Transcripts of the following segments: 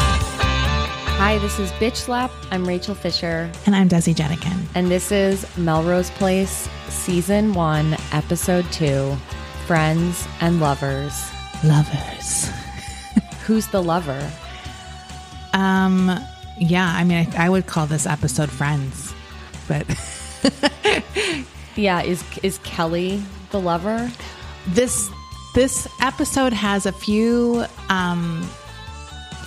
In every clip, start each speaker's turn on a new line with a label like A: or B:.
A: Hi, this is Bitch Slap. I'm Rachel Fisher,
B: And I'm Desi Jenikin.
A: and this is Melrose Place, Season 1, Episode 2 Friends and Lovers.
B: Lovers.
A: Who's the lover?
B: Um, yeah, I mean, I, I would call this episode Friends, but
A: Yeah, is is Kelly the lover?
B: this this episode has a few um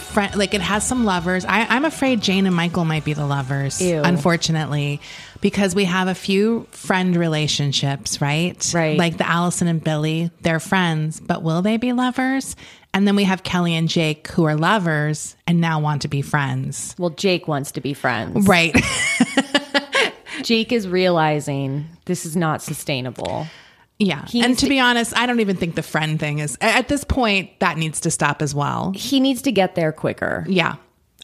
B: friend like it has some lovers. I, I'm afraid Jane and Michael might be the lovers,
A: Ew.
B: unfortunately, because we have a few friend relationships, right?
A: Right.
B: Like the Allison and Billy, they're friends, but will they be lovers? And then we have Kelly and Jake who are lovers and now want to be friends.
A: Well, Jake wants to be friends.
B: Right.
A: Jake is realizing this is not sustainable.
B: Yeah. and to be honest, I don't even think the friend thing is at this point that needs to stop as well.
A: He needs to get there quicker.
B: Yeah.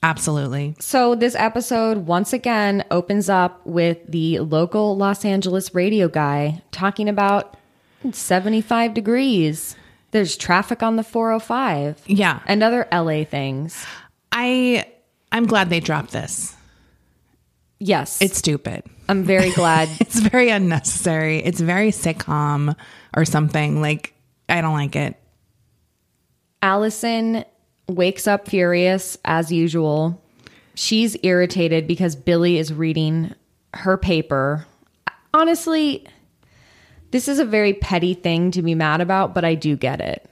B: Absolutely.
A: So, this episode once again opens up with the local Los Angeles radio guy talking about 75 degrees. There's traffic on the 405
B: Yeah.
A: and other LA things.
B: I I'm glad they dropped this.
A: Yes.
B: It's stupid.
A: I'm very glad.
B: It's very unnecessary. It's very sitcom or something. Like I don't like it.
A: Allison wakes up furious as usual. She's irritated because Billy is reading her paper. Honestly, this is a very petty thing to be mad about, but I do get it.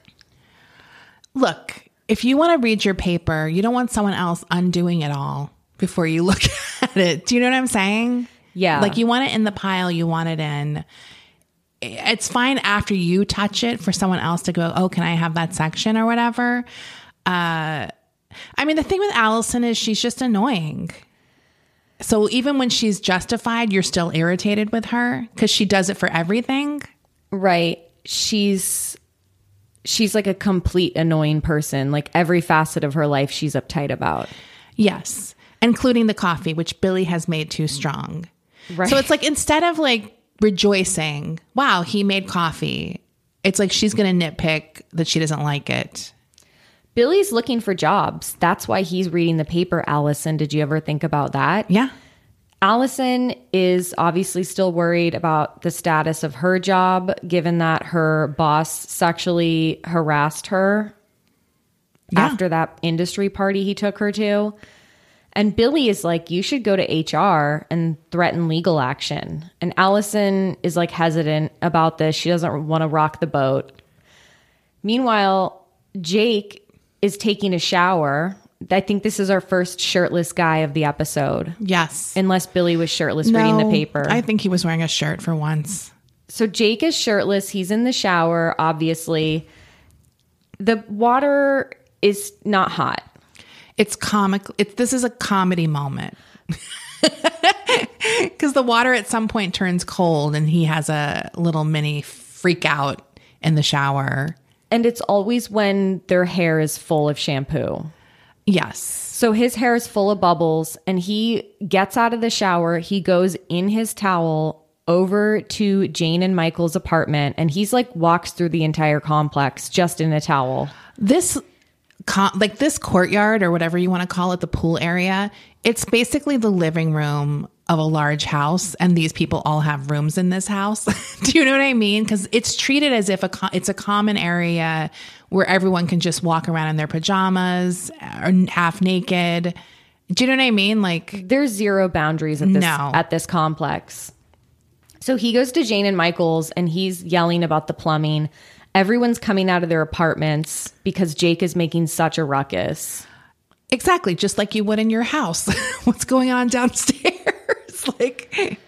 B: Look, if you want to read your paper, you don't want someone else undoing it all before you look at it. Do you know what I'm saying?
A: Yeah.
B: Like you want it in the pile, you want it in. It's fine after you touch it for someone else to go, oh, can I have that section or whatever? Uh, I mean, the thing with Allison is she's just annoying. So even when she's justified, you're still irritated with her because she does it for everything.
A: Right. She's she's like a complete annoying person. Like every facet of her life she's uptight about.
B: Yes, including the coffee, which Billy has made too strong.
A: Right.
B: So it's like instead of like rejoicing, wow, he made coffee, it's like she's going to nitpick that she doesn't like it.
A: Billy's looking for jobs. That's why he's reading the paper, Allison. Did you ever think about that?
B: Yeah.
A: Allison is obviously still worried about the status of her job, given that her boss sexually harassed her
B: Yeah.
A: after that industry party he took her to. And Billy is like, You should go to HR and threaten legal action. And Allison is like hesitant about this. She doesn't want to rock the boat. Meanwhile, Jake is taking a shower. I think this is our first shirtless guy of the episode
B: Yes.
A: unless Billy was shirtless reading the
B: No,
A: paper.
B: I think he was wearing a shirt for once.
A: so Jake is shirtless. He's in the shower, obviously. The water is not hot.
B: It's comic. It's this is a comedy moment. Because the water at some point turns cold and he has a little mini freak out in the shower.
A: And it's always when their hair is full of shampoo.
B: Yes.
A: So his hair is full of bubbles, and he gets out of the shower. He goes in his towel over to Jane and Michael's apartment, and he's like walks through the entire complex just in a towel.
B: this co like this courtyard or whatever you want to call it the pool area it's basically the living room of a large house and these people all have rooms in this house. Do you know what I mean? Cuz it's treated as if a co- it's a common area where everyone can just walk around in their pajamas uh, or half naked. Do you know what I mean? Like
A: There's zero boundaries at this
B: No.
A: at this complex. So he goes to Jane and Michael's and he's yelling about the plumbing. Everyone's coming out of their apartments because Jake is making such a ruckus.
B: exactly just like you would in your house. What's going on downstairs? like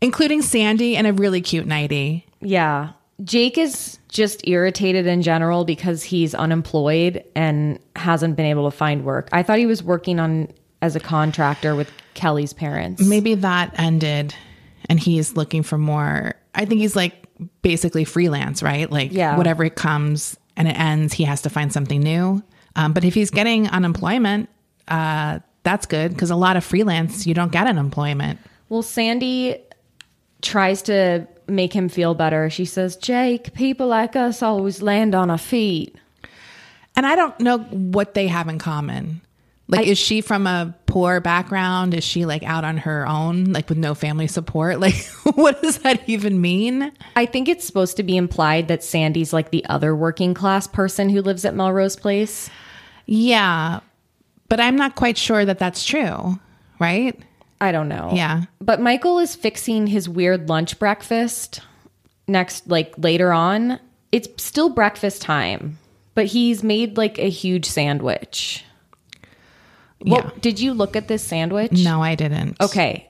B: including Sandy and a really cute nightie.
A: Yeah. Jake is just irritated in general because he's unemployed and hasn't been able to find work. I thought he was working on as a contractor with Kelly's parents.
B: maybe that ended and he's looking for more i think he's like basically freelance right like
A: Yeah.
B: whatever it comes and it ends he has to find something new um, but if he's getting unemployment uh, that's good because a lot of freelance you don't get unemployment
A: Well, Sandy tries to make him feel better. She says, Jake, people like us always land on our feet.
B: and i don't know what they have in common like is she from a poor background is she like out on her own like with no family support like what does that even mean
A: I think it's supposed to be implied that Sandy's like the other working class person who lives at Melrose Place.
B: yeah but i'm not quite sure that that's true right
A: I don't know.
B: Yeah.
A: But Michael is fixing his weird lunch breakfast next, like later on. It's still breakfast time, but he's made like a huge sandwich.
B: Yeah.
A: Well, did you look at this sandwich?
B: No, I didn't.
A: Okay.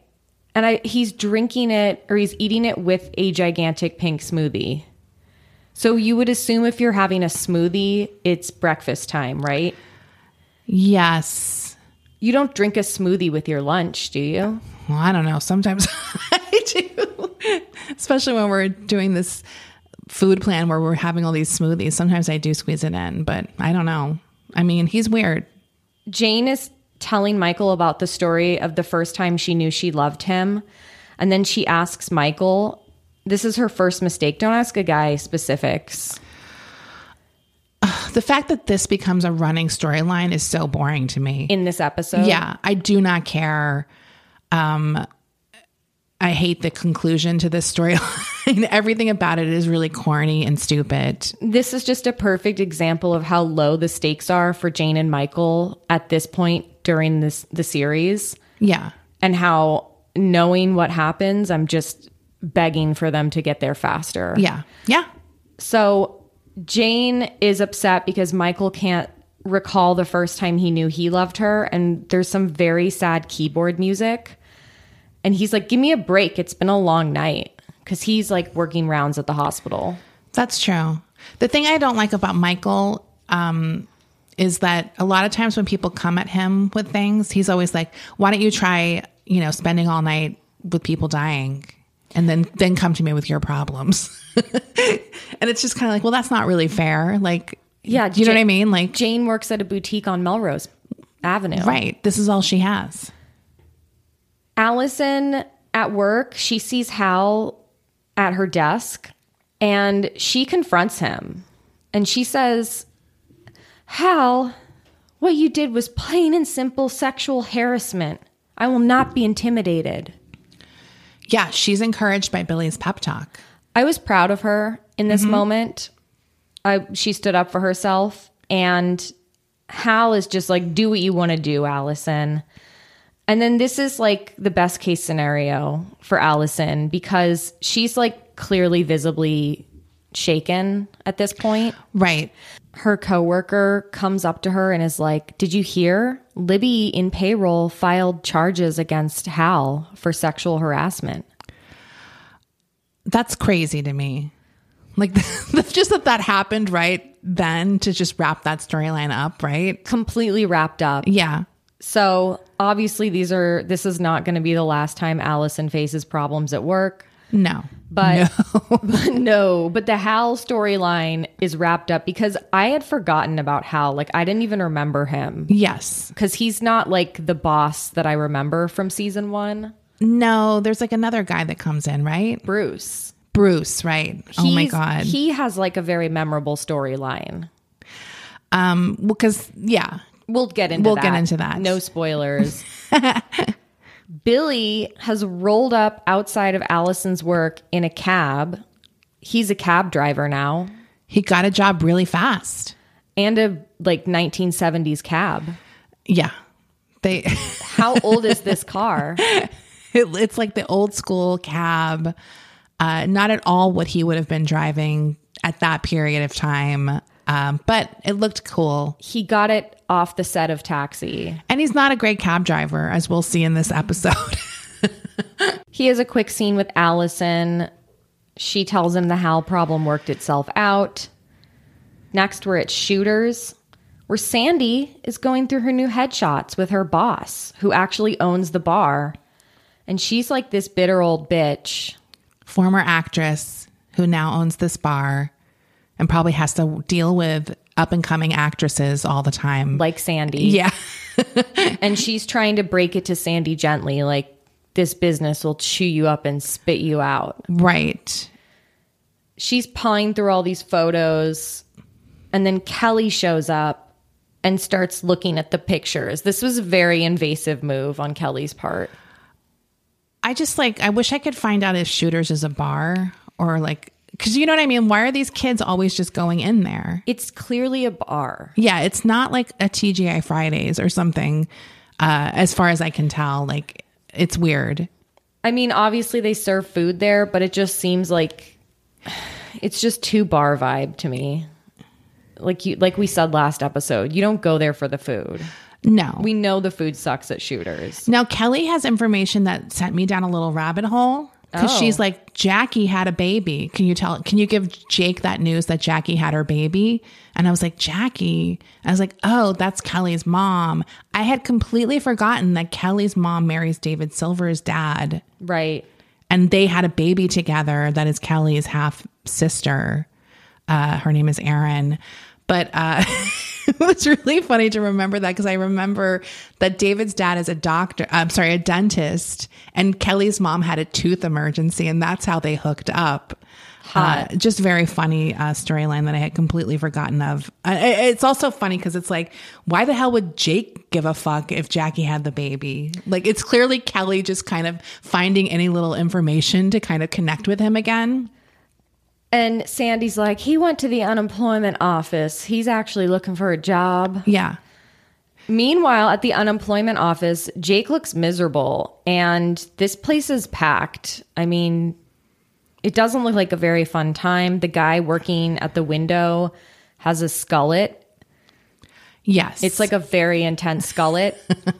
A: And I he's drinking it or he's eating it with a gigantic pink smoothie. So you would assume if you're having a smoothie, it's breakfast time, right?
B: Yes.
A: You don't drink a smoothie with your lunch, do you?
B: Well, I don't know. Sometimes I do, especially when we're doing this food plan where we're having all these smoothies. Sometimes I do squeeze it in, but I don't know. I mean, he's weird.
A: Jane is telling Michael about the story of the first time she knew she loved him. And then she asks Michael, this is her first mistake. Don't ask a guy specifics.
B: The fact that this becomes a running storyline is so boring to me.
A: in this episode.
B: Yeah, I do not care. Um, I hate the conclusion to this storyline. Everything about it is really corny and stupid.
A: This is just a perfect example of how low the stakes are for Jane and Michael at this point during this the series
B: Yeah.
A: and how knowing what happens, I'm just begging for them to get there faster.
B: Yeah. Yeah.
A: So Jane is upset because Michael can't recall the first time he knew he loved her. And there's some very sad keyboard music. And he's like, Give me a break. It's been a long night. Cause he's like working rounds at the hospital.
B: That's true. The thing I don't like about Michael um, is that a lot of times when people come at him with things, he's always like, "Why don't you try, you know, spending all night with people dying, and then then come to me with your problems?" and it's just kind of like, "Well, that's not really fair." Like,
A: Yeah.
B: do you know what I mean? Like,
A: Jane works at a boutique on Melrose Avenue.
B: right? This is all she has.
A: Allison at work, she sees Hal at her desk and she confronts him. And she says, Hal, what you did was plain and simple sexual harassment. I will not be intimidated.
B: Yeah, she's encouraged by Billy's pep talk.
A: I was proud of her in this moment. I, she stood up for herself, and Hal is just like, do what you want to do, Allison. And then this is like the best case scenario for Allison because she's like clearly visibly shaken at this point.
B: Right.
A: Her coworker comes up to her and is like, Did you hear? Libby in payroll filed charges against Hal for sexual harassment.
B: That's crazy to me. Like, just that that happened right then to just wrap that storyline up, right?
A: Completely wrapped up.
B: Yeah.
A: So obviously, these are this is not going to be the last time Allison faces problems at work.
B: No.
A: But but no, but the Hal storyline is wrapped up because I had forgotten about Hal. Like I didn't even remember him
B: Yes.
A: because he's not like the boss that I remember from season one.
B: No, there's like another guy that comes in, right?
A: Bruce.
B: Bruce, right? oh my
A: He's-
B: god.
A: He has like a very memorable storyline.
B: um well, cuz yeah.
A: We'll get into
B: We'll
A: that.
B: get into that.
A: No spoilers. Billy has rolled up outside of Allison's work in a cab. He's a cab driver now
B: He got a job really fast.
A: and a like 1970s cab.
B: Yeah. They
A: How old is this car?
B: it, it's like the old school cab. Uh, not at all what he would have been driving at that period of time. Um, but it looked cool.
A: He got it off the set of Taxi.
B: And he's not a great cab driver, as we'll see in this episode.
A: He has a quick scene with Allison. She tells him the Hal problem worked itself out. Next, we're at Shooters, where Sandy is going through her new headshots with her boss, who actually owns the bar. And she's like this bitter old bitch.
B: Former actress who now owns this bar and probably has to deal with up and coming actresses all the time.
A: like Sandy.
B: Yeah.
A: And she's trying to break it to Sandy gently, like, this business will chew you up and spit you out.
B: Right.
A: She's pawing through all these photos. And then Kelly shows up and starts looking at the pictures. This was a very invasive move on Kelly's part.
B: I just like, I wish I could find out if Shooters is a bar or like, because you know what I mean? Why are these kids always just going in there?
A: It's clearly a bar.
B: Yeah, it's not like a TGI Fridays or something, uh, as far as I can tell. Like, it's weird.
A: I mean, obviously they serve food there, but it just seems like it's just too bar vibe to me. Like you like we said last episode, you don't go there for the food.
B: No.
A: We know the food sucks at shooters.
B: Now, Kelly has information that sent me down a little rabbit hole because
A: Oh.
B: she's like, Jackie had a baby. Can you tell? Can you give Jake that news that Jackie had her baby? And I was like, Jackie. I was like, oh, that's Kelly's mom. I had completely forgotten that Kelly's mom marries David Silver's dad,
A: Right.
B: and they had a baby together that is Kelly's half sister. Uh, her name is Erin. But uh, it was really funny to remember that because I remember that David's dad is a doctor, I'm sorry, a dentist, and Kelly's mom had a tooth emergency, and that's how they hooked up. Uh, just very funny uh, storyline that I had completely forgotten of. Uh, it- it's also funny because it's like, why the hell would Jake give a fuck if Jackie had the baby? Like, it's clearly Kelly just kind of finding any little information to kind of connect with him again.
A: And Sandy's like, he went to the unemployment office. He's actually looking for a job.
B: Yeah.
A: Meanwhile, at the unemployment office, Jake looks miserable and this place is packed. I mean, it doesn't look like a very fun time. The guy working at the window has a skullet.
B: Yes.
A: It's like a very intense skullet.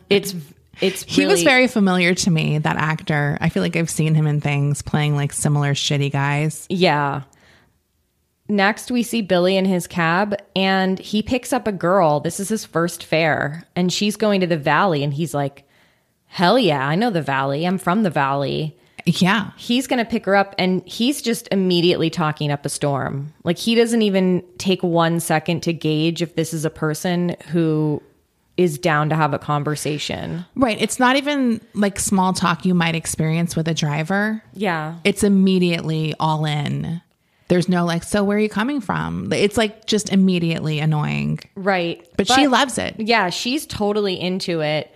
A: it's it's
B: He was
A: really-
B: very familiar to me, that actor. I feel like I've seen him in things playing like similar shitty guys.
A: Yeah. Next, we see Billy in his cab, and he picks up a girl. This is his first fare, and she's going to the valley, and he's like, Hell yeah, I know the valley. I'm from the valley.
B: Yeah.
A: He's going to pick her up, and he's just immediately talking up a storm. Like, he doesn't even take one second to gauge if this is a person who is down to have a conversation.
B: Right. It's not even like small talk you might experience with a driver.
A: Yeah.
B: It's immediately all in. There's no like, so where are you coming from? It's like just immediately annoying.
A: Right.
B: But, she loves it.
A: Yeah, she's totally into it.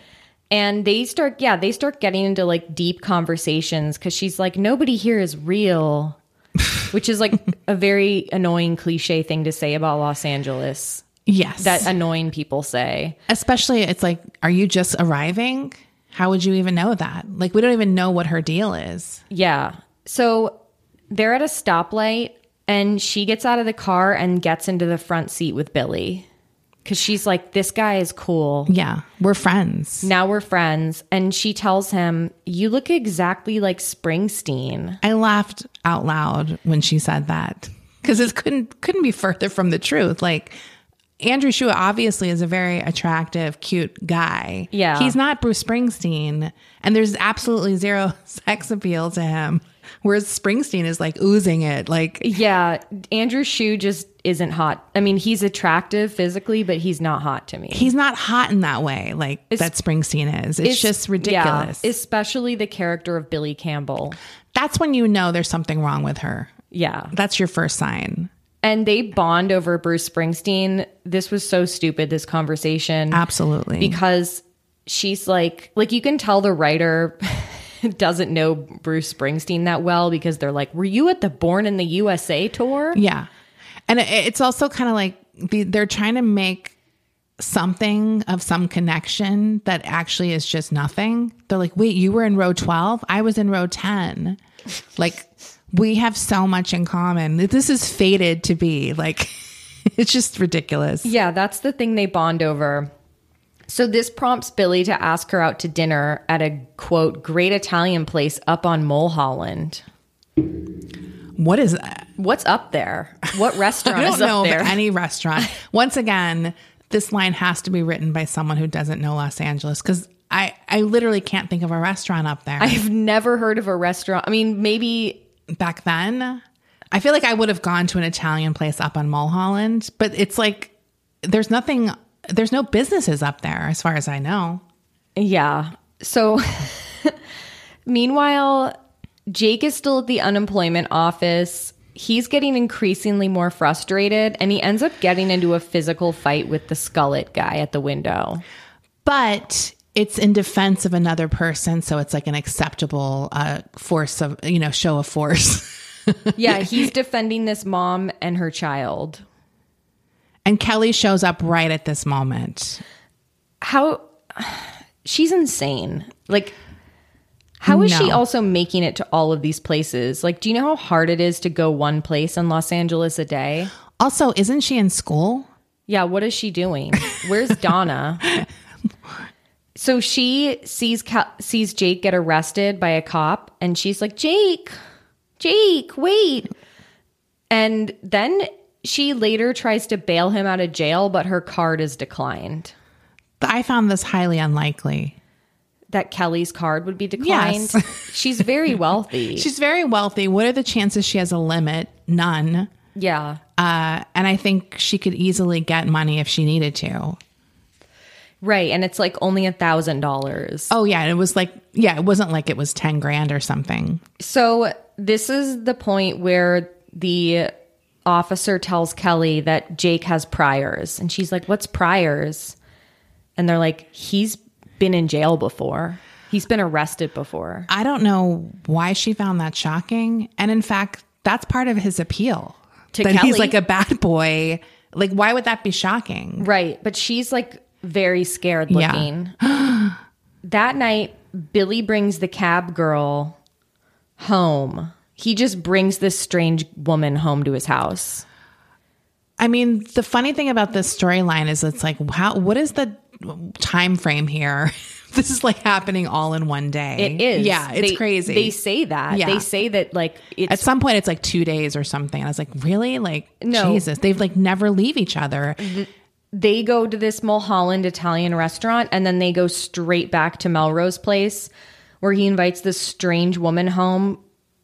A: And they start, yeah, they start getting into like deep conversations because she's like, nobody here is real, which is like a very annoying cliche thing to say about Los Angeles
B: Yes.
A: that annoying people say.
B: Especially it's like, are you just arriving? How would you even know that? Like we don't even know what her deal is.
A: Yeah. So they're at a stoplight and she gets out of the car and gets into the front seat with Billy because she's like, this guy is cool.
B: Yeah. We're friends.
A: Now we're friends. And she tells him, You look exactly like Springsteen.
B: I laughed out loud when she said that because it couldn't couldn't be further from the truth. Like Andrew Shua obviously is a very attractive, cute guy.
A: Yeah.
B: he's not Bruce Springsteen, and there's absolutely zero sex appeal to him. Whereas Springsteen is like oozing it. Like
A: Yeah, Andrew Shue just isn't hot. I mean, he's attractive physically, but he's not hot to me.
B: he's not hot in that way. Like that Springsteen is. It's, just ridiculous.
A: Yeah, especially the character of Billy Campbell.
B: That's when you know there's something wrong with her.
A: Yeah.
B: That's your first sign.
A: And they bond over Bruce Springsteen. This was so stupid, this conversation,
B: Absolutely.
A: because she's like like you can tell the writer doesn't know Bruce Springsteen that well because they're like, "Were you at the Born in the USA tour?"
B: Yeah. And it, it's also kind of like the, they're trying to make something of some connection that actually is just nothing. They're like, wait, you were in row 12? I was in row 10. Like, we have so much in common. This is fated to be like, it's just ridiculous.
A: Yeah, that's the thing they bond over. So this prompts Billy to ask her out to dinner at a quote great Italian place up on Mulholland.
B: What is that?
A: What's up there? What restaurant
B: I
A: is
B: don't
A: up
B: know of
A: there?
B: any restaurant. Once again, this line has to be written by someone who doesn't know Los Angeles because I, I literally can't think of a restaurant up there.
A: I've never heard of a restaurant. I mean, maybe
B: back then. I feel like I would have gone to an Italian place up on Mulholland, but it's like there's nothing, there's no businesses up there as far as I know.
A: Yeah. So meanwhile, Jake is still at the unemployment office. He's getting increasingly more frustrated and he ends up getting into a physical fight with the skullet guy at the window.
B: But it's in defense of another person, so it's like an acceptable uh, force of you know show of force.
A: Yeah, he's defending this mom and her child.
B: and Kelly shows up right at this moment.
A: How she's insane. Like how is she
B: No.
A: also making it to all of these places? Like do you know how hard it is to go one place in Los Angeles a day?
B: Also, isn't she in school?
A: Yeah, what is she doing? Where's Donna? so she sees Ca- sees Jake get arrested by a cop, and she's like, "Jake, Jake, wait!" And then she later tries to bail him out of jail, but her card is declined.
B: I found this highly unlikely.
A: That Kelly's card would be declined.
B: Yes.
A: She's very wealthy.
B: She's very wealthy. What are the chances she has a limit? None.
A: yeah.
B: Uh, and I think she could easily get money if she needed to.
A: Right. And it's like only a thousand dollars.
B: Oh yeah, and it was like yeah, it wasn't like it was ten grand or something.
A: So this is the point where the officer tells Kelly that Jake has priors and she's like, "What's priors?" And they're like, "He's been in jail before. He's been arrested before."
B: I don't know why she found that shocking. And in fact, that's part of his appeal
A: To
B: that
A: Kelly.
B: he's like a bad boy. Like, why would that be shocking?
A: Right, but she's like very scared
B: Yeah.
A: looking. that night, Billy brings the cab girl home. He just brings this strange woman home to his house.
B: I mean, the funny thing about this storyline is it's like, how? What is the time frame here? this is like happening all in one day.
A: It is.
B: Yeah, it's
A: They-
B: crazy.
A: They say that.
B: Yeah.
A: They say that like it's
B: At some point, it's like two days or something. And I was like, really? Like,
A: No.
B: Jesus, they've like never leave each other.
A: they go to this Mulholland Italian restaurant and then they go straight back to Melrose Place where he invites this strange woman home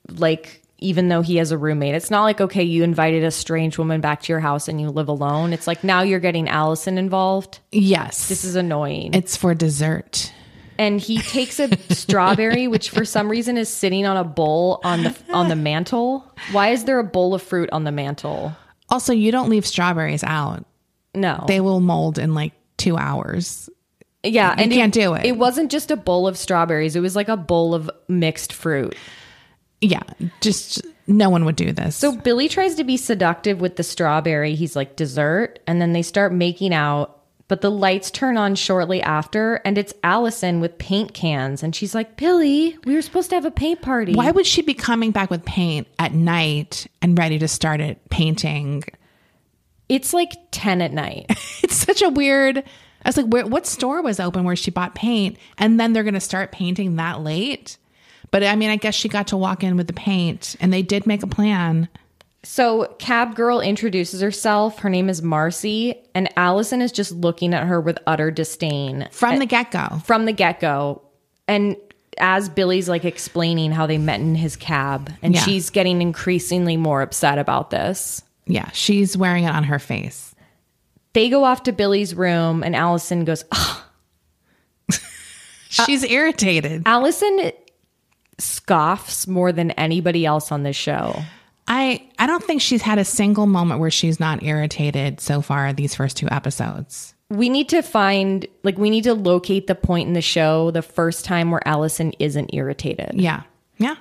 A: like even though he has a roommate. It's not like okay, you invited a strange woman back to your house and you live alone. It's like now you're getting Allison involved.
B: Yes.
A: This is annoying.
B: it's for dessert.
A: and he takes a strawberry which for some reason is sitting on a bowl on the on the mantle. Why is there a bowl of fruit on the mantle?
B: Also, you don't leave strawberries out.
A: No.
B: They will mold in like two hours.
A: Yeah,
B: You can't do it.
A: It wasn't just a bowl of strawberries; it was like a bowl of mixed fruit.
B: Yeah. Just no one would do this.
A: So Billy tries to be seductive with the strawberry. He's like dessert, and then they start making out. But the lights turn on shortly after, and it's Allison with paint cans, and she's like, "Billy, we were supposed to have a paint party.
B: why would she be coming back with paint at night and ready to start it painting?
A: it's like ten at night."
B: It's such a weird. I was like, where, what store was open where she bought paint? And then they're going to start painting that late? But I mean, I guess she got to walk in with the paint and they did make a plan.
A: So, Cab Girl introduces herself. Her name is Marcy, and Allison is just looking at her with utter disdain.
B: From the get go.
A: from the get go. And as Billy's like explaining how they met in his cab, and
B: Yeah.
A: she's getting increasingly more upset about this.
B: Yeah, she's wearing it on her face.
A: They go off to Billy's room, and Allison goes, Ugh.
B: She's irritated.
A: Allison scoffs more than anybody else on this show.
B: I I don't think she's had a single moment where she's not irritated so far these first two episodes.
A: we need to find like we need to locate the point in the show the first time where Allison isn't irritated.
B: Yeah. Yeah.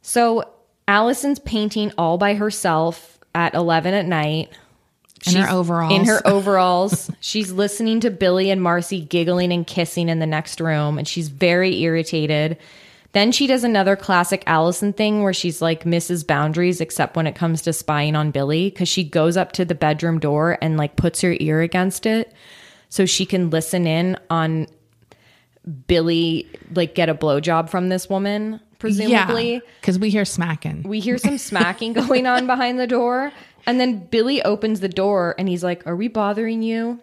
A: So Allison's painting all by herself at 11 at night.
B: In her overalls.
A: In her overalls. she's listening to Billy and Marcy giggling and kissing in the next room, and she's very irritated. Then she does another classic Allison thing where she's like misses boundaries, except when it comes to spying on Billy, because she goes up to the bedroom door and like puts her ear against it so she can listen in on Billy, like get a blowjob from this woman, presumably
B: Yeah. Because we hear smacking.
A: we hear some smacking going on behind the door and then billy opens the door and he's like are we bothering you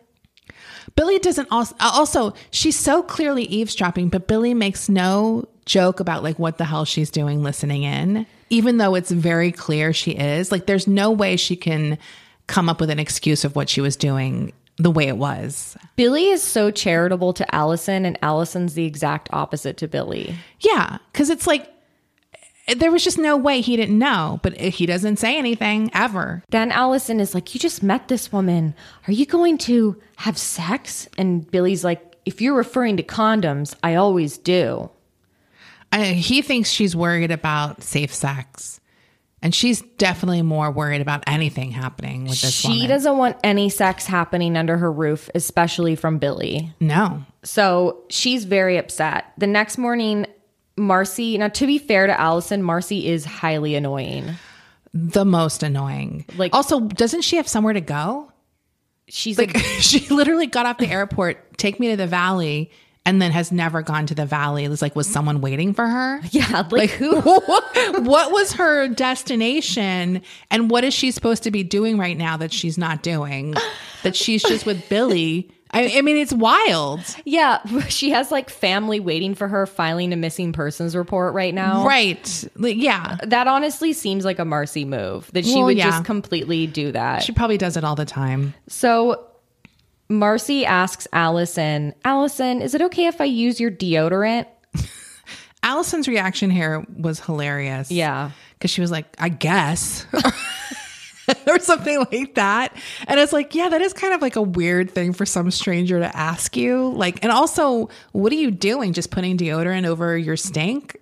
B: Billy doesn't also, also, she's so clearly eavesdropping, but Billy makes no joke about like what the hell she's doing listening in, even though it's very clear she is. Like, there's no way she can come up with an excuse of what she was doing the way it was.
A: billy is so charitable to allison and allison's the exact opposite to billy
B: Yeah. Cause it's like, there was just no way he didn't know, but he doesn't say anything ever.
A: then allison is like you just met this woman are you going to have sex and billy's like if you're referring to condoms i always do
B: I, he thinks she's worried about safe sex. And she's definitely more worried about anything happening with this
A: she
B: woman.
A: doesn't want any sex happening under her roof especially from billy
B: no.
A: So she's very upset. The next morning, Marcy, now to be fair to Allison, Marcy is highly annoying.
B: the most annoying.
A: Like-
B: Like, also, doesn't she have somewhere to go?
A: She's
B: Like,
A: like,
B: she literally got off the airport, take me to the valley, and then has never gone to the valley. It was like, was someone waiting for her?
A: yeah, like, who?
B: what was her destination, and what is she supposed to be doing right now that she's not doing? That she's just with Billy. I, I mean, it's wild,
A: Yeah, she has like family waiting for her filing a missing persons report right now.
B: right? Like, yeah,
A: That honestly seems like a Marcy move that she
B: Well,
A: would
B: yeah.
A: just completely do that.
B: she probably does it all the time.
A: So Marcy asks Allison, Allison, is it okay if I use your deodorant?
B: Allison's reaction here was hilarious.
A: Yeah.
B: because she was like, I guess, or something like that. And it's like, yeah, that is kind of like a weird thing for some stranger to ask you. Like, and also, what are you doing? Just putting deodorant over your stink?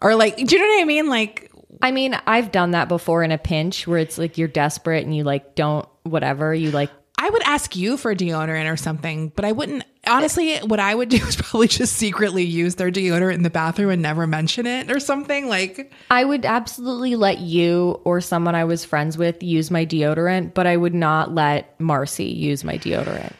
B: Or like, do you know what I mean? Like,
A: I mean, I've done that before in a pinch where it's like you're desperate and you like don't whatever, you like
B: I would ask you for deodorant or something, but I wouldn't. Honestly, what I would do is probably just secretly use their deodorant in the bathroom and never mention it or something. Like,
A: I would absolutely let you or someone I was friends with use my deodorant, but I would not let Marcy use my deodorant.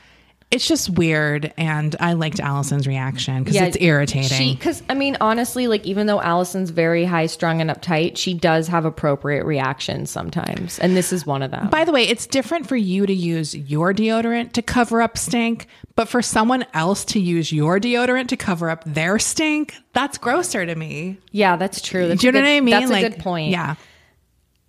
B: it's just weird. And I liked Allison's reaction because it's irritating.
A: Because, I mean, honestly, like, even though Allison's very high strung and uptight, she does have appropriate reactions sometimes. And this is one of them.
B: By the way, it's different for you to use your deodorant to cover up stink, but for someone else to use your deodorant to cover up their stink, that's grosser to me.
A: yeah, that's true. That's
B: Do you
A: a
B: know
A: good-
B: what I mean?
A: That's a good point.
B: Yeah.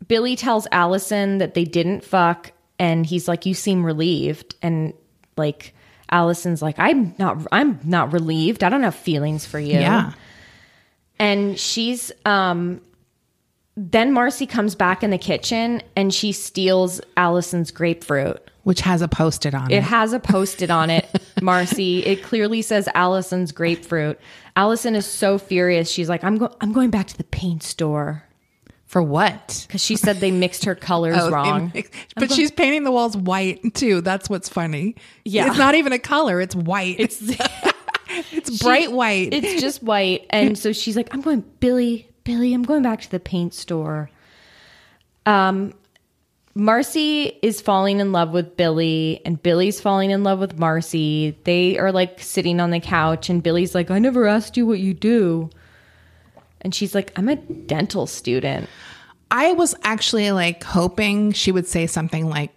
A: Billy tells Allison that they didn't fuck, and he's like, "You seem relieved." And like, Allison's like, "I'm not. I'm not relieved. I don't have feelings for you."
B: Yeah.
A: and she's um then Marcy comes back in the kitchen and she steals Allison's grapefruit.
B: Which has a post-it on
A: It
B: it.
A: has a post-it on it, Marcy. It clearly says Allison's grapefruit. Allison is so furious. She's like, "I'm go- I'm going back to the paint store."
B: For what? Oh,
A: Cuz she said they mixed her colors wrong.
B: But she's painting the walls white too. That's what's funny.
A: Yeah.
B: It's not even a color, it's white. It's it's bright white.
A: It's just white. And so she's like, I'm going, Billy, Billy, I'm going back to the paint store. Um, Marcy is falling in love with Billy, and Billy's falling in love with Marcy. They are like sitting on the couch, and Billy's like, I never asked you what you do. And she's like, I'm a dental student.
B: I was actually like hoping she would say something like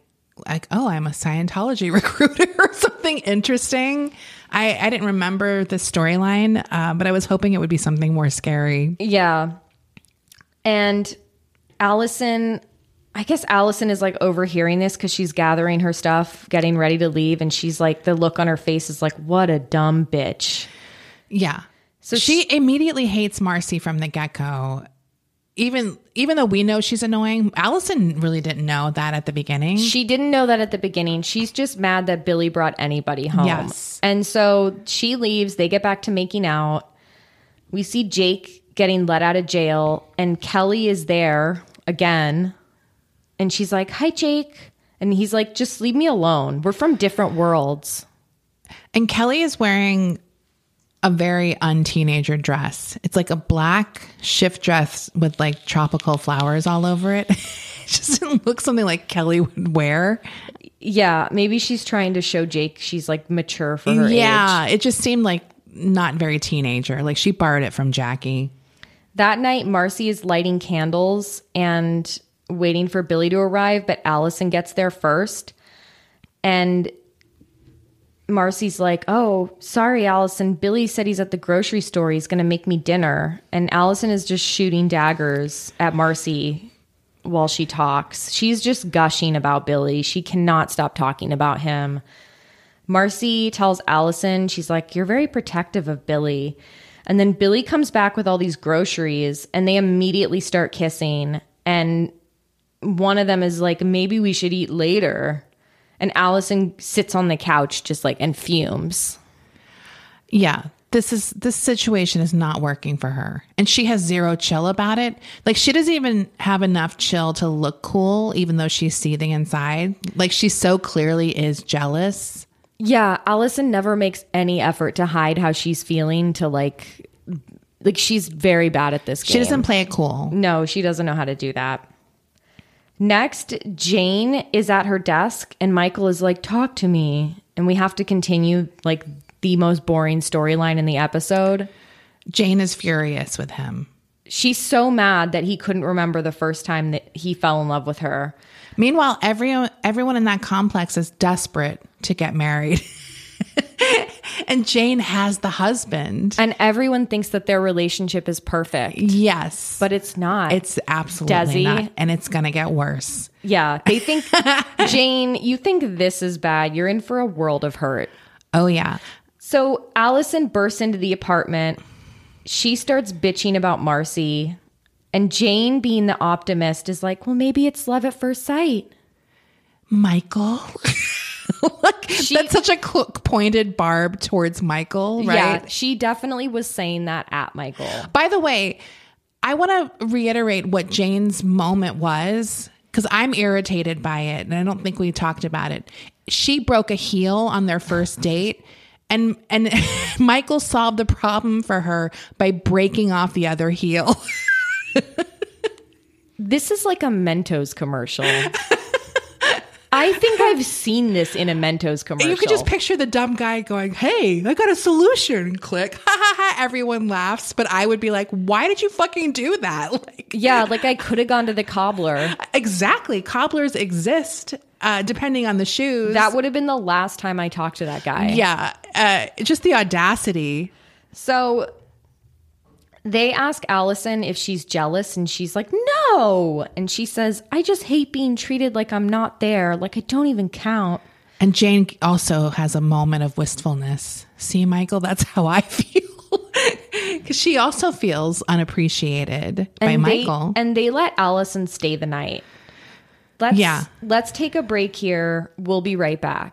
B: like oh I'm a Scientology recruiter or something interesting. I I didn't remember the storyline, uh, but I was hoping it would be something more scary.
A: Yeah. And Allison, I guess Allison is like overhearing this because she's gathering her stuff, getting ready to leave. And she's like, the look on her face is like, what a dumb bitch.
B: Yeah. So she immediately hates Marcy from the get go. Even even though we know she's annoying, Allison really didn't know that at the beginning.
A: She didn't know that at the beginning. She's just mad that Billy brought anybody home.
B: Yes.
A: And so she leaves. They get back to making out. We see Jake getting let out of jail, and Kelly is there again. And she's like, Hi, Jake. And he's like, Just leave me alone. We're from different worlds.
B: And Kelly is wearing a very unteenager dress. It's like a black shift dress with like tropical flowers all over it. it just didn't look something like Kelly would wear.
A: Yeah, maybe she's trying to show Jake she's like mature for her age.
B: yeah, it just seemed like not very teenager. Like she borrowed it from Jackie.
A: That night, Marcy is lighting candles and waiting for Billy to arrive, but Allison gets there first. And Marcy's like, Oh, sorry, Allison. Billy said he's at the grocery store. He's going to make me dinner. And Allison is just shooting daggers at Marcy while she talks. She's just gushing about Billy. She cannot stop talking about him. Marcy tells Allison, she's like, You're very protective of Billy. And then Billy comes back with all these groceries and they immediately start kissing. And one of them is like, Maybe we should eat later. And Allison sits on the couch just like and fumes.
B: Yeah. This is this situation is not working for her. And she has zero chill about it. Like she doesn't even have enough chill to look cool even though she's seething inside. Like she so clearly is jealous.
A: Yeah, Allison never makes any effort to hide how she's feeling to like like she's very bad at this game.
B: She doesn't play it cool.
A: No, she doesn't know how to do that. Next, Jane is at her desk and Michael is like, "Talk to me." And we have to continue like the most boring storyline in the episode.
B: Jane is furious with him.
A: She's so mad that he couldn't remember the first time that he fell in love with her.
B: Meanwhile, every everyone in that complex is desperate to get married. and Jane has the husband.
A: And everyone thinks that their relationship is perfect,
B: Yes.
A: but it's not.
B: it's absolutely
A: Desi.
B: not. And it's gonna get worse.
A: yeah, they think Jane, you think this is bad. You're in for a world of hurt.
B: Oh yeah.
A: So Allison bursts into the apartment. She starts bitching about Marcy. And Jane, being the optimist, is like, well, maybe it's love at first sight.
B: Michael. Look, that's such a cl- pointed barb towards Michael, right?
A: Yeah, she definitely was saying that at Michael.
B: By the way, I want to reiterate what Jane's moment was because I'm irritated by it and I don't think we talked about it. She broke a heel on their first date. And and Michael solved the problem for her by breaking off the other heel.
A: This is like a Mentos commercial. I think I've seen this in a Mentos commercial.
B: You could just picture the dumb guy going, "Hey, I got a solution." Click, ha ha ha! Everyone laughs, but I would be like, "Why did you fucking do that?" Like,
A: Yeah, like I could have gone to the cobbler.
B: exactly. Cobblers exist, uh, depending on the shoes.
A: That would have been the last time I talked to that guy.
B: yeah, uh, just the audacity.
A: So they ask Allison if she's jealous, and she's like, no. And she says, I just hate being treated like I'm not there, like I don't even count.
B: And Jane also has a moment of wistfulness. See, Michael, that's how I feel. Because she also feels unappreciated by
A: And they-
B: Michael.
A: and they let Allison stay the night. Let's,
B: Yeah.
A: let's take a break here. We'll be right back.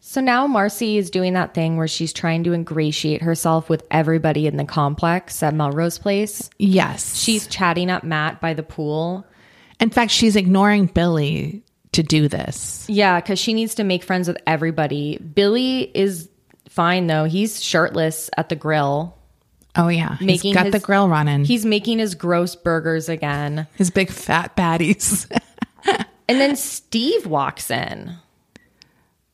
A: So now Marcy is doing that thing where she's trying to ingratiate herself with everybody in the complex at Melrose Place.
B: Yes.
A: She's chatting up Matt by the pool.
B: in fact, she's ignoring Billy to do this.
A: Yeah, because she needs to make friends with everybody. Billy is fine though. He's shirtless at the grill.
B: Oh yeah.
A: Making
B: he's got
A: his-
B: the grill running.
A: He's making his gross burgers again.
B: his big fat baddies.
A: And then Steve walks in.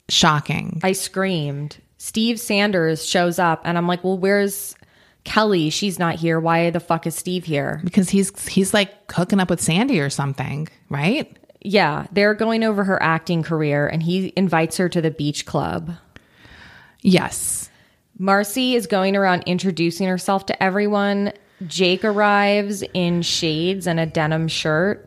B: Shocking.
A: I screamed. Steve Sanders shows up, and I'm like, well, where's Kelly? She's not here. Why the fuck is Steve here?
B: because he's he's like hooking up with Sandy or something, right?
A: Yeah, they're going over her acting career, and he invites her to the beach club.
B: Yes.
A: Marcy is going around introducing herself to everyone. Jake arrives in shades and a denim shirt.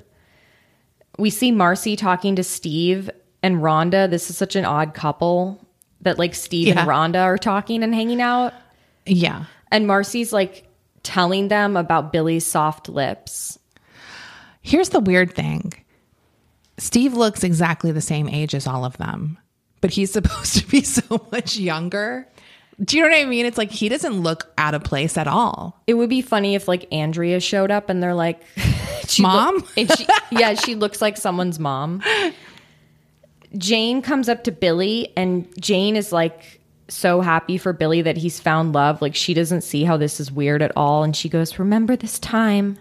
A: We see Marcy talking to Steve and Rhonda. This is such an odd couple that like Steve
B: Yeah.
A: and Rhonda are talking and hanging out.
B: Yeah.
A: And Marcy's like telling them about Billy's soft lips.
B: Here's the weird thing. Steve looks exactly the same age as all of them, but he's supposed to be so much younger. Do you know what I mean? It's like he doesn't look out of place at all.
A: It would be funny if like Andrea showed up and they're like, she loo-
B: Mom?
A: and she, yeah, she looks like someone's mom. Jane comes up to Billy, and Jane is like so happy for Billy that he's found love. Like she doesn't see how this is weird at all, and she goes, "Remember this time."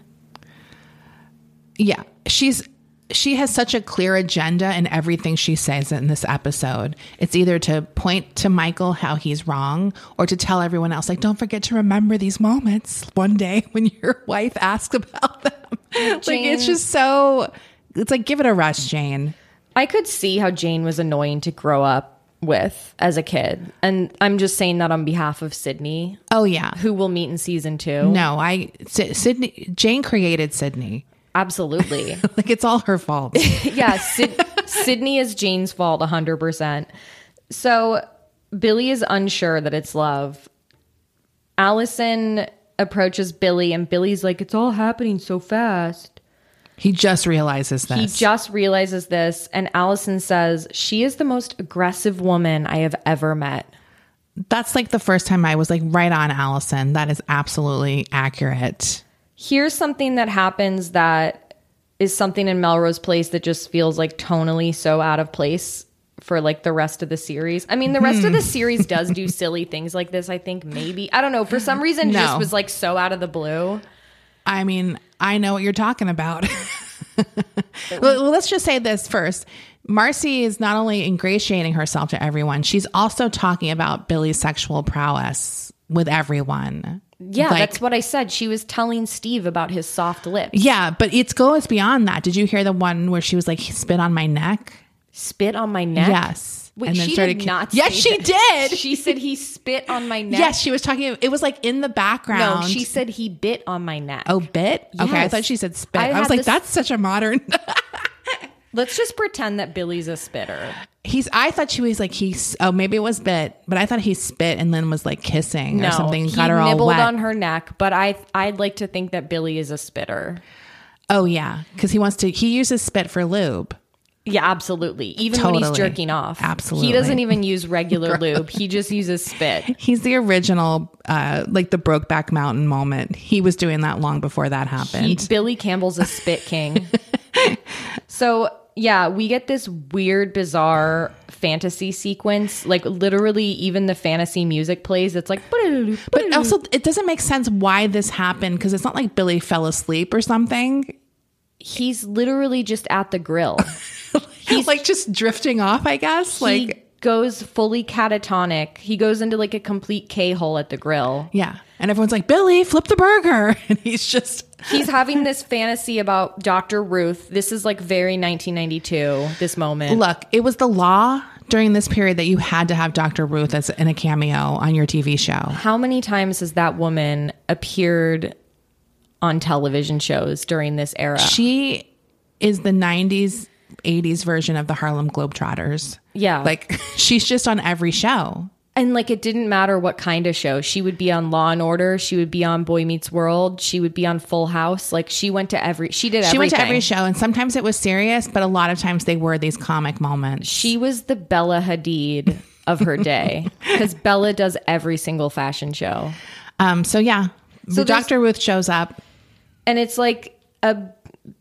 B: Yeah. She's she has such a clear agenda in everything she says in this episode. It's either to point to Michael how he's wrong or to tell everyone else like don't forget to remember these moments one day when your wife asks about them. like it's
A: Jane-
B: just so it's like give it a rest, Jane.
A: I could see how Jane was annoying to grow up with as a kid, and I'm just saying that on behalf of Sydney,
B: Oh yeah.
A: who we'll meet in season two.
B: No, I Sy- Sydney Jane created Sydney.
A: Absolutely.
B: Like it's all her fault.
A: yeah, Syd- Sydney is Jane's fault 100%. So Billy is unsure that it's love. Allison approaches Billy, and Billy's like, It's all happening so fast.
B: he just realizes
A: He
B: this.
A: just realizes this, and Allison says, She is the most aggressive woman I have ever met.
B: That's like the first time I was like right on Allison. That is absolutely accurate.
A: Here's something that happens that is something in Melrose Place that just feels like tonally so out of place for like the rest of the series. I mean, the rest of
B: Hmm.
A: the series does do silly things like this, I think maybe. I don't know, for some reason it
B: No.
A: just was like so out of the blue.
B: I mean, I know what you're talking about. well, well, let's just say this first. Marcy is not only ingratiating herself to everyone, she's also talking about Billy's sexual prowess with everyone.
A: Yeah,
B: Like-
A: that's what I said. She was telling Steve about his soft lips.
B: Yeah, but it goes beyond that. Did you hear the one where she was like, "He spit on my neck?
A: Spit on my neck.
B: Yes.
A: Wait,
B: And then
A: she
B: started
A: did
B: ki-
A: not.
B: Yes,
A: say
B: she
A: that.
B: did.
A: She said he spit on my neck.
B: Yes, she was talking. It was like in the
A: no,
B: background.
A: she said he bit on my neck.
B: "Oh, bit." Okay, I
A: Yes.
B: thought she said spit.
A: I
B: I,
A: had
B: was like,
A: this-
B: "That's such a modern."
A: Let's just pretend that Billy's a spitter.
B: He's. I thought she was like he. s- Oh, maybe it was bit, but I thought he spit and then was like kissing or something.
A: He
B: Got her all
A: nibbled
B: wet.
A: on her neck, but I I'd like to think that Billy is a spitter.
B: oh yeah, because he wants to. He uses spit for lube.
A: Yeah, absolutely. Even when he's
B: Totally.
A: jerking off.
B: Absolutely.
A: He doesn't even use regular lube. He just uses spit.
B: He's the original, uh, like the Brokeback Mountain moment. He was doing that long before that
A: He,
B: happened.
A: Billy Campbell's a spit king. so yeah, we get this weird, bizarre fantasy sequence. Like literally, even the fantasy music plays. It's like,
B: But also, it doesn't make sense why this happened because it's not like Billy fell asleep or something.
A: he's literally just at the grill.
B: He's like just drifting off, I guess.
A: he
B: Like,
A: goes fully catatonic. He goes into like a complete K hole at the grill.
B: yeah. And everyone's like, Billy, flip the burger. And he's just,
A: He's having this fantasy about Dr. Ruth. This is like very 1992, this moment.
B: look, it was the law during this period that you had to have Dr. Ruth as in a cameo on your TV show.
A: How many times has that woman appeared on television shows during this era?
B: She is the 90s, 80s version of the Harlem Globetrotters.
A: yeah.
B: Like, she's just on every show.
A: And like it didn't matter what kind of show. She would be on Law and Order, she would be on Boy Meets World, she would be on Full House. Like she went to every she did everything.
B: She went to every show, and sometimes it was serious, but a lot of times they were these comic moments.
A: She was the Bella Hadid of her day cuz Bella does every single fashion show.
B: Um, so yeah,
A: So there's-
B: Dr. Ruth shows up.
A: and it's like a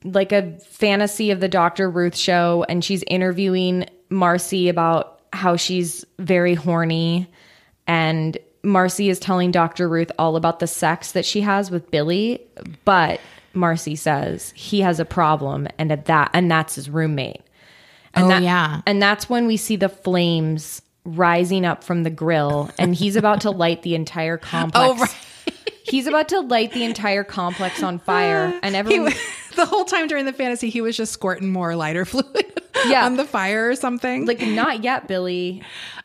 A: like a fantasy of the Dr. Ruth show and she's interviewing Marcy about how she's very horny and Marcy is telling Dr. Ruth all about the sex that she has with Billy, but Marcy says he has a problem and at that and that's his roommate. And
B: Oh,
A: that-
B: yeah.
A: And that's when we see the flames rising up from the grill and he's about to light the entire
B: Oh,
A: complex. He's about to light the entire complex on fire, and everyone.
B: the whole time during the fantasy, he was just squirting more lighter fluid
A: Yeah.
B: on the fire or something.
A: Like not yet, Billy.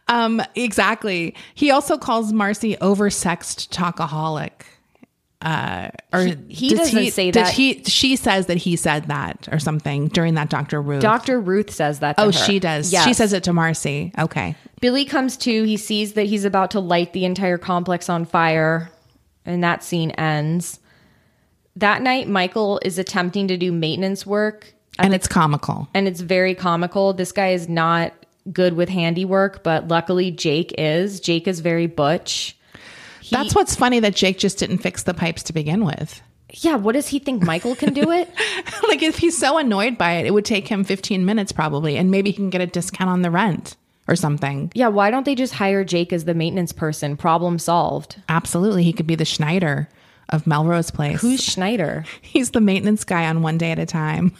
B: um, exactly. He also calls Marcy oversexed talkaholic. Uh, or
A: he
B: does
A: doesn't say
B: does
A: that.
B: He she says that he said that or something during that Dr. Ruth.
A: Dr. Ruth says that. To
B: oh,
A: her.
B: she does.
A: Yes.
B: She says it to Marcy. Okay.
A: Billy comes to. He sees that he's about to light the entire complex on fire, and that scene ends. That night, Michael is attempting to do maintenance work,
B: And it's comical.
A: and it's very comical. This guy is not good with handiwork, but luckily Jake is. Jake is very butch.
B: That's what's funny that Jake just didn't fix the pipes to begin with.
A: Yeah, what does he think? Michael can do it?
B: like if he's so annoyed by it, it would take him 15 minutes probably, and maybe he can get a discount on the rent or something.
A: Yeah, why don't they just hire Jake as the maintenance person? Problem solved.
B: Absolutely, he could be the Schneider of Melrose Place.
A: Who's Schneider?
B: he's the maintenance guy on One Day at a Time,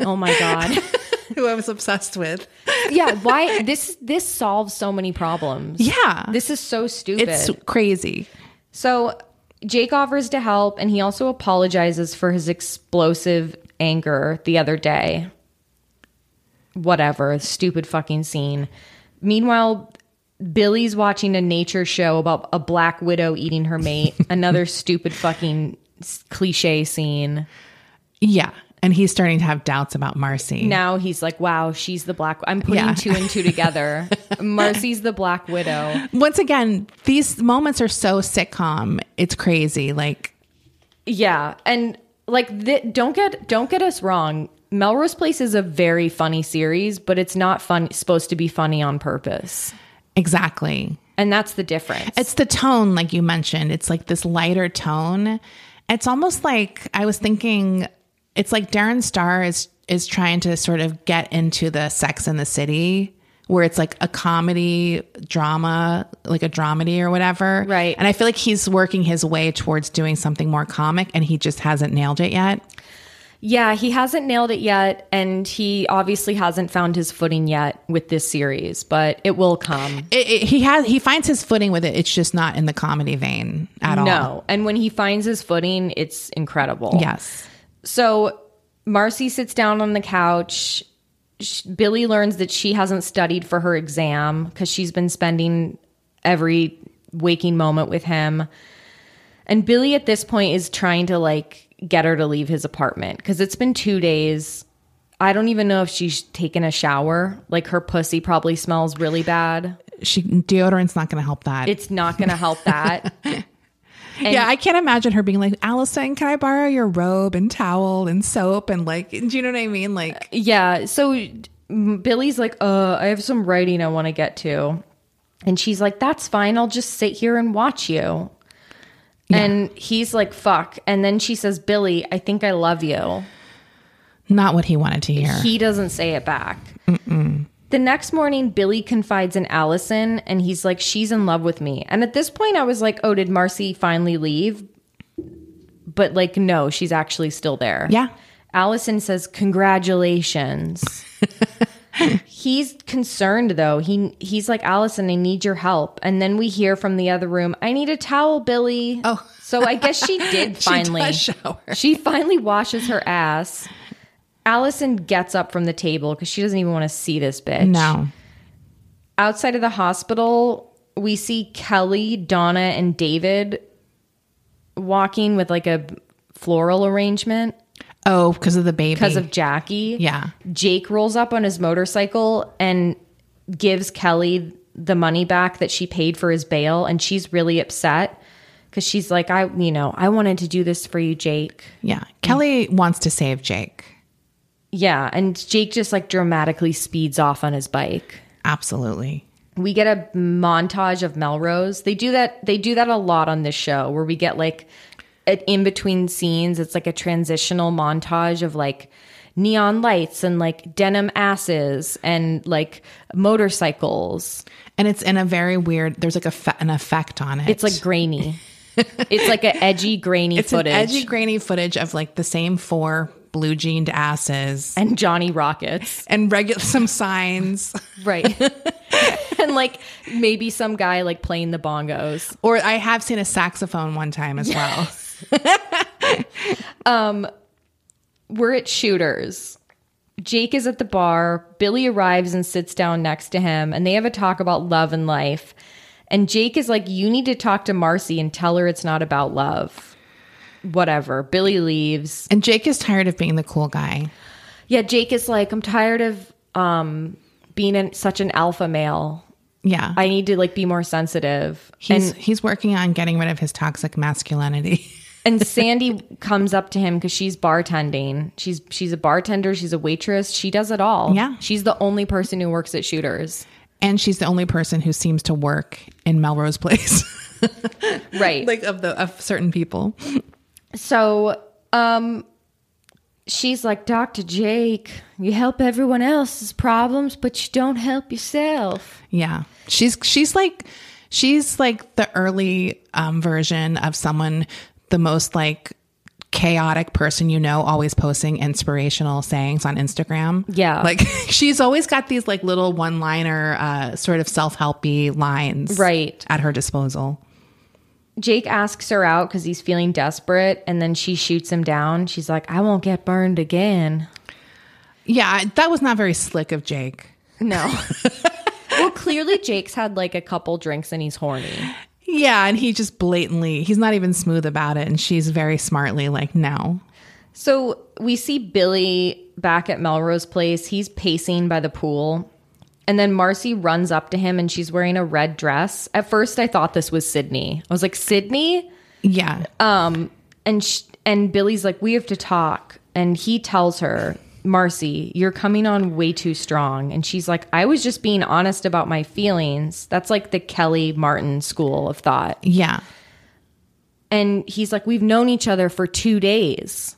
A: Oh my god.
B: who I was obsessed with.
A: Yeah, why this this solves so many problems.
B: Yeah,
A: This is so stupid.
B: it's crazy.
A: so Jake offers to help and he also apologizes for his explosive anger the other day. Whatever, stupid fucking scene. Meanwhile, Billy's watching a nature show about a black widow eating her mate. Another stupid fucking s- cliche scene.
B: Yeah, and he's starting to have doubts about Marcy.
A: now he's like, wow, she's the black. I'm putting
B: Yeah.
A: two and two together. Marcy's the black widow.
B: Once again, these moments are so sitcom. It's crazy. Like
A: Yeah, and like, th- don't get don't get us wrong. Melrose Place is a very funny series, but it's not fun supposed to be funny on purpose,
B: exactly.
A: and that's the difference.
B: It's the tone, like you mentioned. It's like this lighter tone. It's almost like I was thinking. It's like Darren Star is is trying to sort of get into the Sex in the City, where it's like a comedy drama, like a dramedy or whatever.
A: Right.
B: And I feel like he's working his way towards doing something more comic, and he just hasn't nailed it yet.
A: yeah, he hasn't nailed it yet, and he obviously hasn't found his footing yet with this series, but it will come.
B: It, it- he has he finds his footing with it. It's just not in the comedy vein at all.
A: No, and when he finds his footing, it's incredible.
B: Yes.
A: So Marcy sits down on the couch. Sh Billy learns that she hasn't studied for her exam because she's been spending every waking moment with him. And Billy at this point is trying to like get her to leave his apartment because it's been two days. I don't even know if she's taken a shower. Like her pussy probably smells really bad.
B: She deodorant's not going to help that.
A: It's not going to help that.
B: yeah, I can't imagine her being like, Allison, can I borrow your robe and towel and soap and like, do you know what I mean?
A: Uh,
B: Like,
A: Yeah. So m- Billy's like, uh, I have some writing I want to get to. And she's like, that's fine. I'll just sit here and watch you. And he's like, fuck. And then she says, Billy, I think I love you.
B: not what he wanted to hear.
A: He doesn't say it back. The next morning, Billy confides in Allison and he's like, she's in love with me. And at this point, I was like, oh, did Marcy finally leave? But like, no, she's actually still there.
B: yeah.
A: Allison says, "Congratulations." he's concerned though. He he's like, "Allison, I need your help." And then we hear from the other room, "I need a towel, Billy." Oh. So I guess she did finally.
B: does shower.
A: She finally washes her ass. Allison gets up from the table cuz she doesn't even want to see this bitch.
B: No.
A: Outside of the hospital, we see Kelly, Donna, and David walking with like a floral arrangement
B: Oh, because of the baby.
A: because of Jackie.
B: yeah.
A: Jake rolls up on his motorcycle and gives Kelly the money back that she paid for his bail and she's really upset because she's like i you know i wanted to do this for you jake
B: Yeah. Kelly wants to save Jake.
A: yeah and jake just like dramatically speeds off on his bike
B: Absolutely.
A: we get a montage of Melrose. They do that they do that a lot on this show where we get like an in between scenes. It's like a transitional montage of like neon lights and like denim asses and like motorcycles.
B: And it's in a very weird, there's like a fe- an effect on it.
A: It's like grainy. it's like an edgy grainy
B: it's
A: footage.
B: an edgy, grainy footage of like the same four blue jeaned asses
A: and Johnny Rockets.
B: and regular some signs.
A: Right. and like maybe some guy like playing the bongos.
B: Or I have seen a saxophone one time as well.
A: we're at Shooters. Jake is at the bar. Billy arrives and sits down next to him, and they have a talk about love and life. And Jake is like, You need to talk to Marcy and tell her it's not about love. Whatever. Billy leaves.
B: And Jake is tired of being the cool guy.
A: Yeah, Jake is like, I'm tired of um, being an, such an alpha male.
B: Yeah.
A: I need to like be more sensitive.
B: he's
A: and
B: he's working on getting rid of his toxic masculinity.
A: and Sandy comes up to him because she's bartending. She's she's a bartender. She's a waitress. She does it all.
B: Yeah.
A: she's the only person who works at Shooters.
B: and she's the only person who seems to work in Melrose Place.
A: right
B: like of the of certain people.
A: so um she's like dr jake you help everyone else's problems but you don't help yourself
B: Yeah. She's she's like she's like the early um, version of someone the most like chaotic person you know always posting inspirational sayings on Instagram.
A: Yeah.
B: Like she's always got these like little one-liner uh sort of self-helpy lines
A: Right.
B: at her disposal.
A: jake asks her out because he's feeling desperate and then she shoots him down she's like i won't get burned again
B: Yeah, that was not very slick of Jake.
A: no well clearly jake's had like a couple drinks and he's horny
B: Yeah, and he just blatantly, he's not even smooth about it. And she's very smartly like, no.
A: So we see Billy back at Melrose Place. He's pacing by the pool. And then Marcy runs up to him and she's wearing a red dress. At first, I thought this was Sydney. I was like, Sydney?
B: Yeah.
A: And, sh- and Billy's like, we have to talk. And he tells her, Marcy, you're coming on way too strong. And she's like, I was just being honest about my feelings. That's like the Kelly Martin school of thought.
B: yeah.
A: And he's like, We've known each other for two days.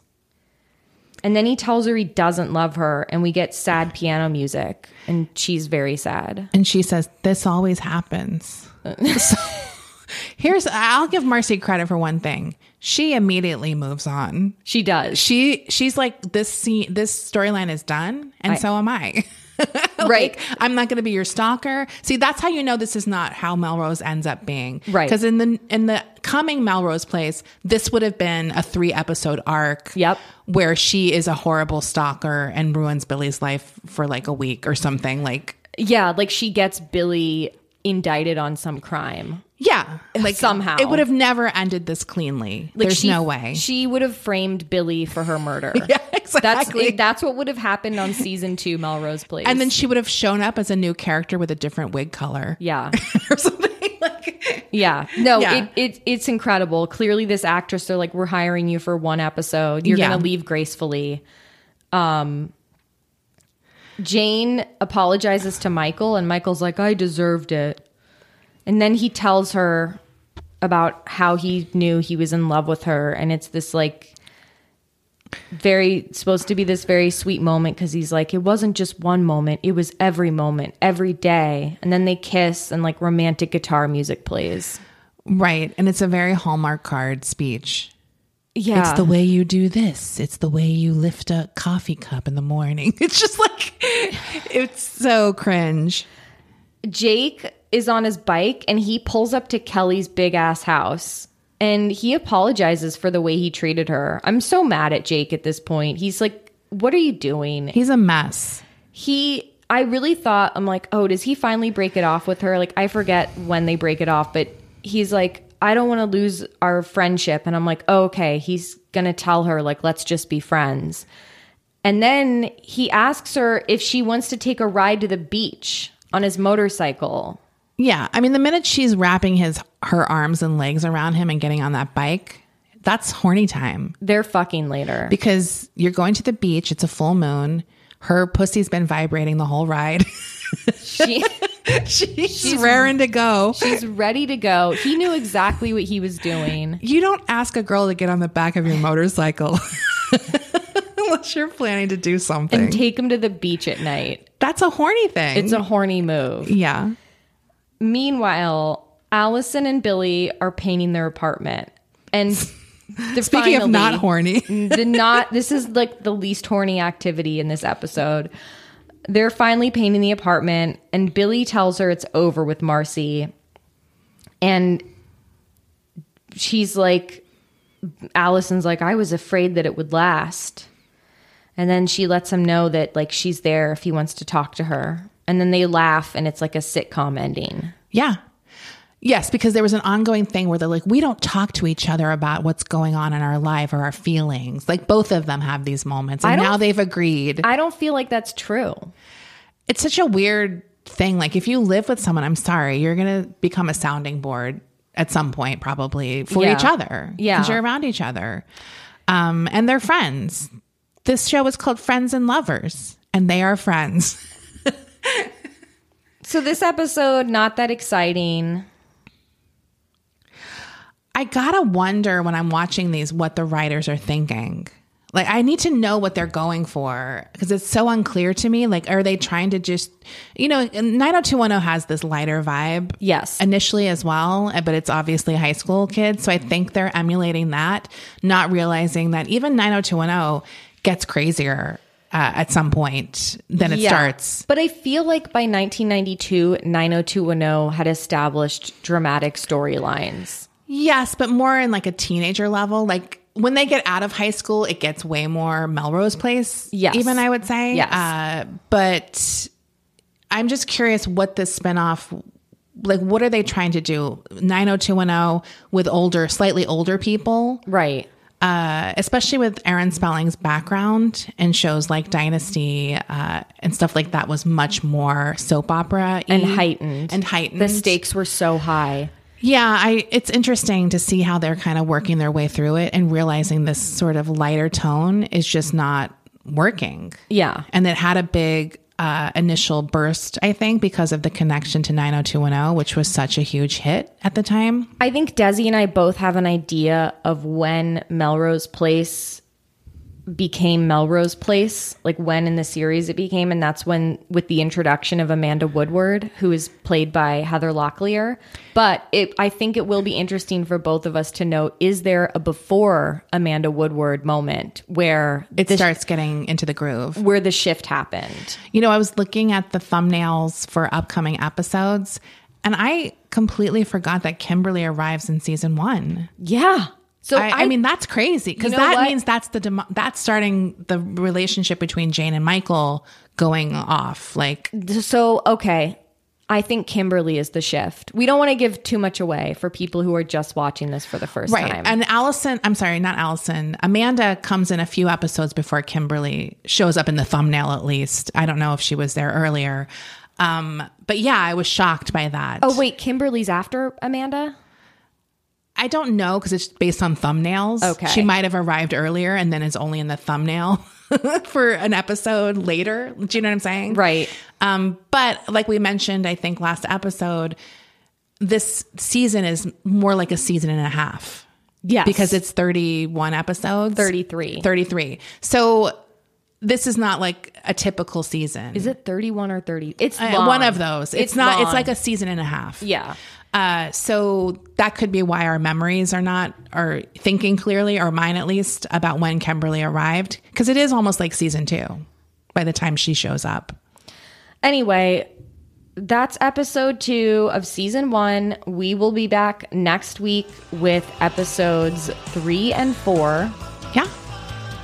A: And then he tells her he doesn't love her, and we get sad piano music, and she's very sad.
B: And she says, this always happens. So, here's, I'll give Marcy credit for one thing. She immediately moves on.
A: She does.
B: She she's like this scene this storyline is done and so am I.
A: right.
B: I'm not going to be your stalker. See, that's how you know this is not how Melrose ends up being.
A: Right.
B: Because in the in the coming Melrose Place, this would have been a three episode arc.
A: Yep.
B: Where she is a horrible stalker and ruins Billy's life for like a week or something. Like
A: yeah, like she gets Billy indicted on some crime.
B: yeah, like
A: Somehow.
B: it would have never ended this cleanly.
A: Like
B: There's
A: she-
B: no way.
A: She would have framed Billy for her murder.
B: yeah,
A: That's
B: exactly.
A: that's what would have happened on season two, Melrose Place.
B: and then she would have shown up as a new character with a different wig color
A: yeah,
B: or something. like
A: yeah, no,
B: Yeah.
A: It, it it's incredible. Clearly, this actress, they're like, we're hiring you for one episode. You're
B: Yeah.
A: gonna leave gracefully. Um, Jane apologizes to Michael, and Michael's like, I deserved it. And then he tells her about how he knew he was in love with her. And it's this like very supposed to be this very sweet moment because he's like, it wasn't just one moment, it was every moment, every day. And then they kiss, and like romantic guitar music plays.
B: Right. And it's a very Hallmark card speech.
A: Yeah.
B: It's the way you do this. It's the way you lift a coffee cup in the morning. It's just like, it's so cringe.
A: Jake is on his bike and he pulls up to Kelly's big ass house and he apologizes for the way he treated her. I'm so mad at Jake at this point. He's like, What are you doing?
B: He's a mess.
A: He, I really thought, I'm like, Oh, does he finally break it off with her? Like, I forget when they break it off, but he's like, I don't want to lose our friendship. And I'm like, oh, Okay, he's going to tell her, like, let's just be friends. And then he asks her if she wants to take a ride to the beach on his motorcycle.
B: Yeah, I mean, the minute she's wrapping his her arms and legs around him and getting on that bike, that's horny time
A: They're fucking later.
B: because you're going to the beach. It's a full moon. Her pussy's been vibrating the whole ride.
A: she,
B: she's raring to go.
A: she's ready to go. He knew exactly what he was doing.
B: You don't ask a girl to get on the back of your motorcycle unless you're planning to do something.
A: And take him to the beach at night.
B: that's a horny thing.
A: It's a horny move.
B: yeah.
A: Meanwhile, Allison and Billy are painting their apartment. And they're
B: Speaking of not horny.
A: the not this is like the least horny activity in this episode. They're finally painting the apartment and Billy tells her it's over with Marcy. And she's like Allison's like I was afraid that it would last. And then she lets him know that like she's there if he wants to talk to her. And then they laugh and it's like a sitcom ending.
B: Yeah. Yes, because there was an ongoing thing where they're like, we don't talk to each other about what's going on in our life or our feelings. Like both of them have these moments, and
A: don't-
B: now they've agreed.
A: I don't feel like that's true.
B: it's such a weird thing. Like if you live with someone, I'm sorry, you're gonna become a sounding board at some point, probably for
A: Yeah.
B: each other.
A: Yeah.
B: because you're around each other, um, and they're friends. This show is called Friends and Lovers, and they are friends.
A: So this episode not that exciting.
B: I gotta wonder when I'm watching these what the writers are thinking. Like, I need to know what they're going for because it's so unclear to me. Like, are they trying to just, you know, 90210 has this lighter vibe.
A: Yes.
B: Initially as well, uh, but it's obviously high school kids. So I think they're emulating that, not realizing that even 90210 gets crazier uh, at some point than it
A: Yeah.
B: starts.
A: But I feel like by 1992, 90210 had established dramatic storylines.
B: Yes, but more in like a teenager level. Like when they get out of high school, it gets way more Melrose Place.
A: Yes.
B: Even I would say.
A: Yes.
B: Uh, but I'm just curious what this spinoff, like, what are they trying to do? 90210 with older, slightly older people,
A: Right.
B: especially with Aaron Spelling's background and shows like Dynasty uh, and stuff like that was much more soap opera
A: Mm-hmm. And heightened.
B: And heightened.
A: The stakes were so high.
B: Yeah, I it's interesting to see how they're kind of working their way through it and realizing this sort of lighter tone is just not working.
A: Yeah.
B: And it had a big uh, initial burst, I think, because of the connection to 90210, which was such a huge hit at the time.
A: I think Desi and I both have an idea of when Melrose Place became Melrose Place, like when in the series it became. And that's when, with the introduction of Amanda Woodward, who is played by Heather Locklear. But it, I think it will be interesting for both of us to know is there a before Amanda Woodward moment where
B: It
A: the,
B: starts getting into the groove.
A: where the shift happened?
B: You know, I was looking at the thumbnails for upcoming episodes and I completely forgot that Kimberly arrives in season one.
A: Yeah. So
B: I, I, mean, that's crazy because
A: You know
B: that
A: what?
B: means that's the dem- that's starting the relationship between Jane and Michael going off. Like,
A: So, okay. I think Kimberly is the shift. We don't want to give too much away for people who are just watching this for the first time.
B: And Allison, I'm sorry, not Allison. Amanda comes in a few episodes before Kimberly shows up in the thumbnail. At least I don't know if she was there earlier. Um, but yeah, I was shocked by that.
A: oh, wait, Kimberly's after Amanda?
B: I don't know because it's based on thumbnails.
A: Okay.
B: She might have arrived earlier and then is only in the thumbnail for an episode later. Do you know what I'm saying?
A: Right.
B: Um, but like we mentioned, I think last episode, this season is more like a season and a half
A: Yes.
B: because it's 31 episodes.
A: 33.
B: 33. So this is not like a typical season.
A: Is it 31 or 30? It's
B: Uh,
A: long.
B: one of those. It's, not, it's
A: long.
B: like a season and a half.
A: Yeah.
B: Uh, so that could be why our memories are not, or thinking clearly, or mine at least, about when Kimberly arrived, because it is almost like season two by the time she shows up.
A: Anyway, that's episode two of season one. We will be back next week with episodes three and four.
B: Yeah.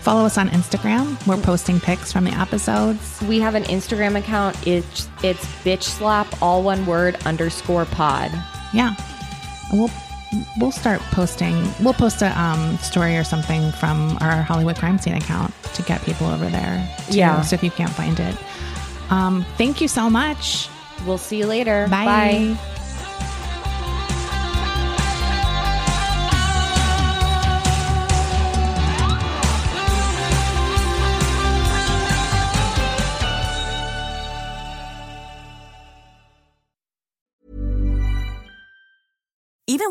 B: Follow us on Instagram. We're posting pics from the episodes.
A: We have an Instagram account. It's, it's bitch slap, all one word, underscore pod.
B: Yeah. And We'll we'll start posting. We'll post a um, story or something from our Hollywood crime scene account to get people over there. too,
A: Yeah.
B: So if you can't find it, um, thank you so much.
A: We'll see you later.
B: Bye.
C: Even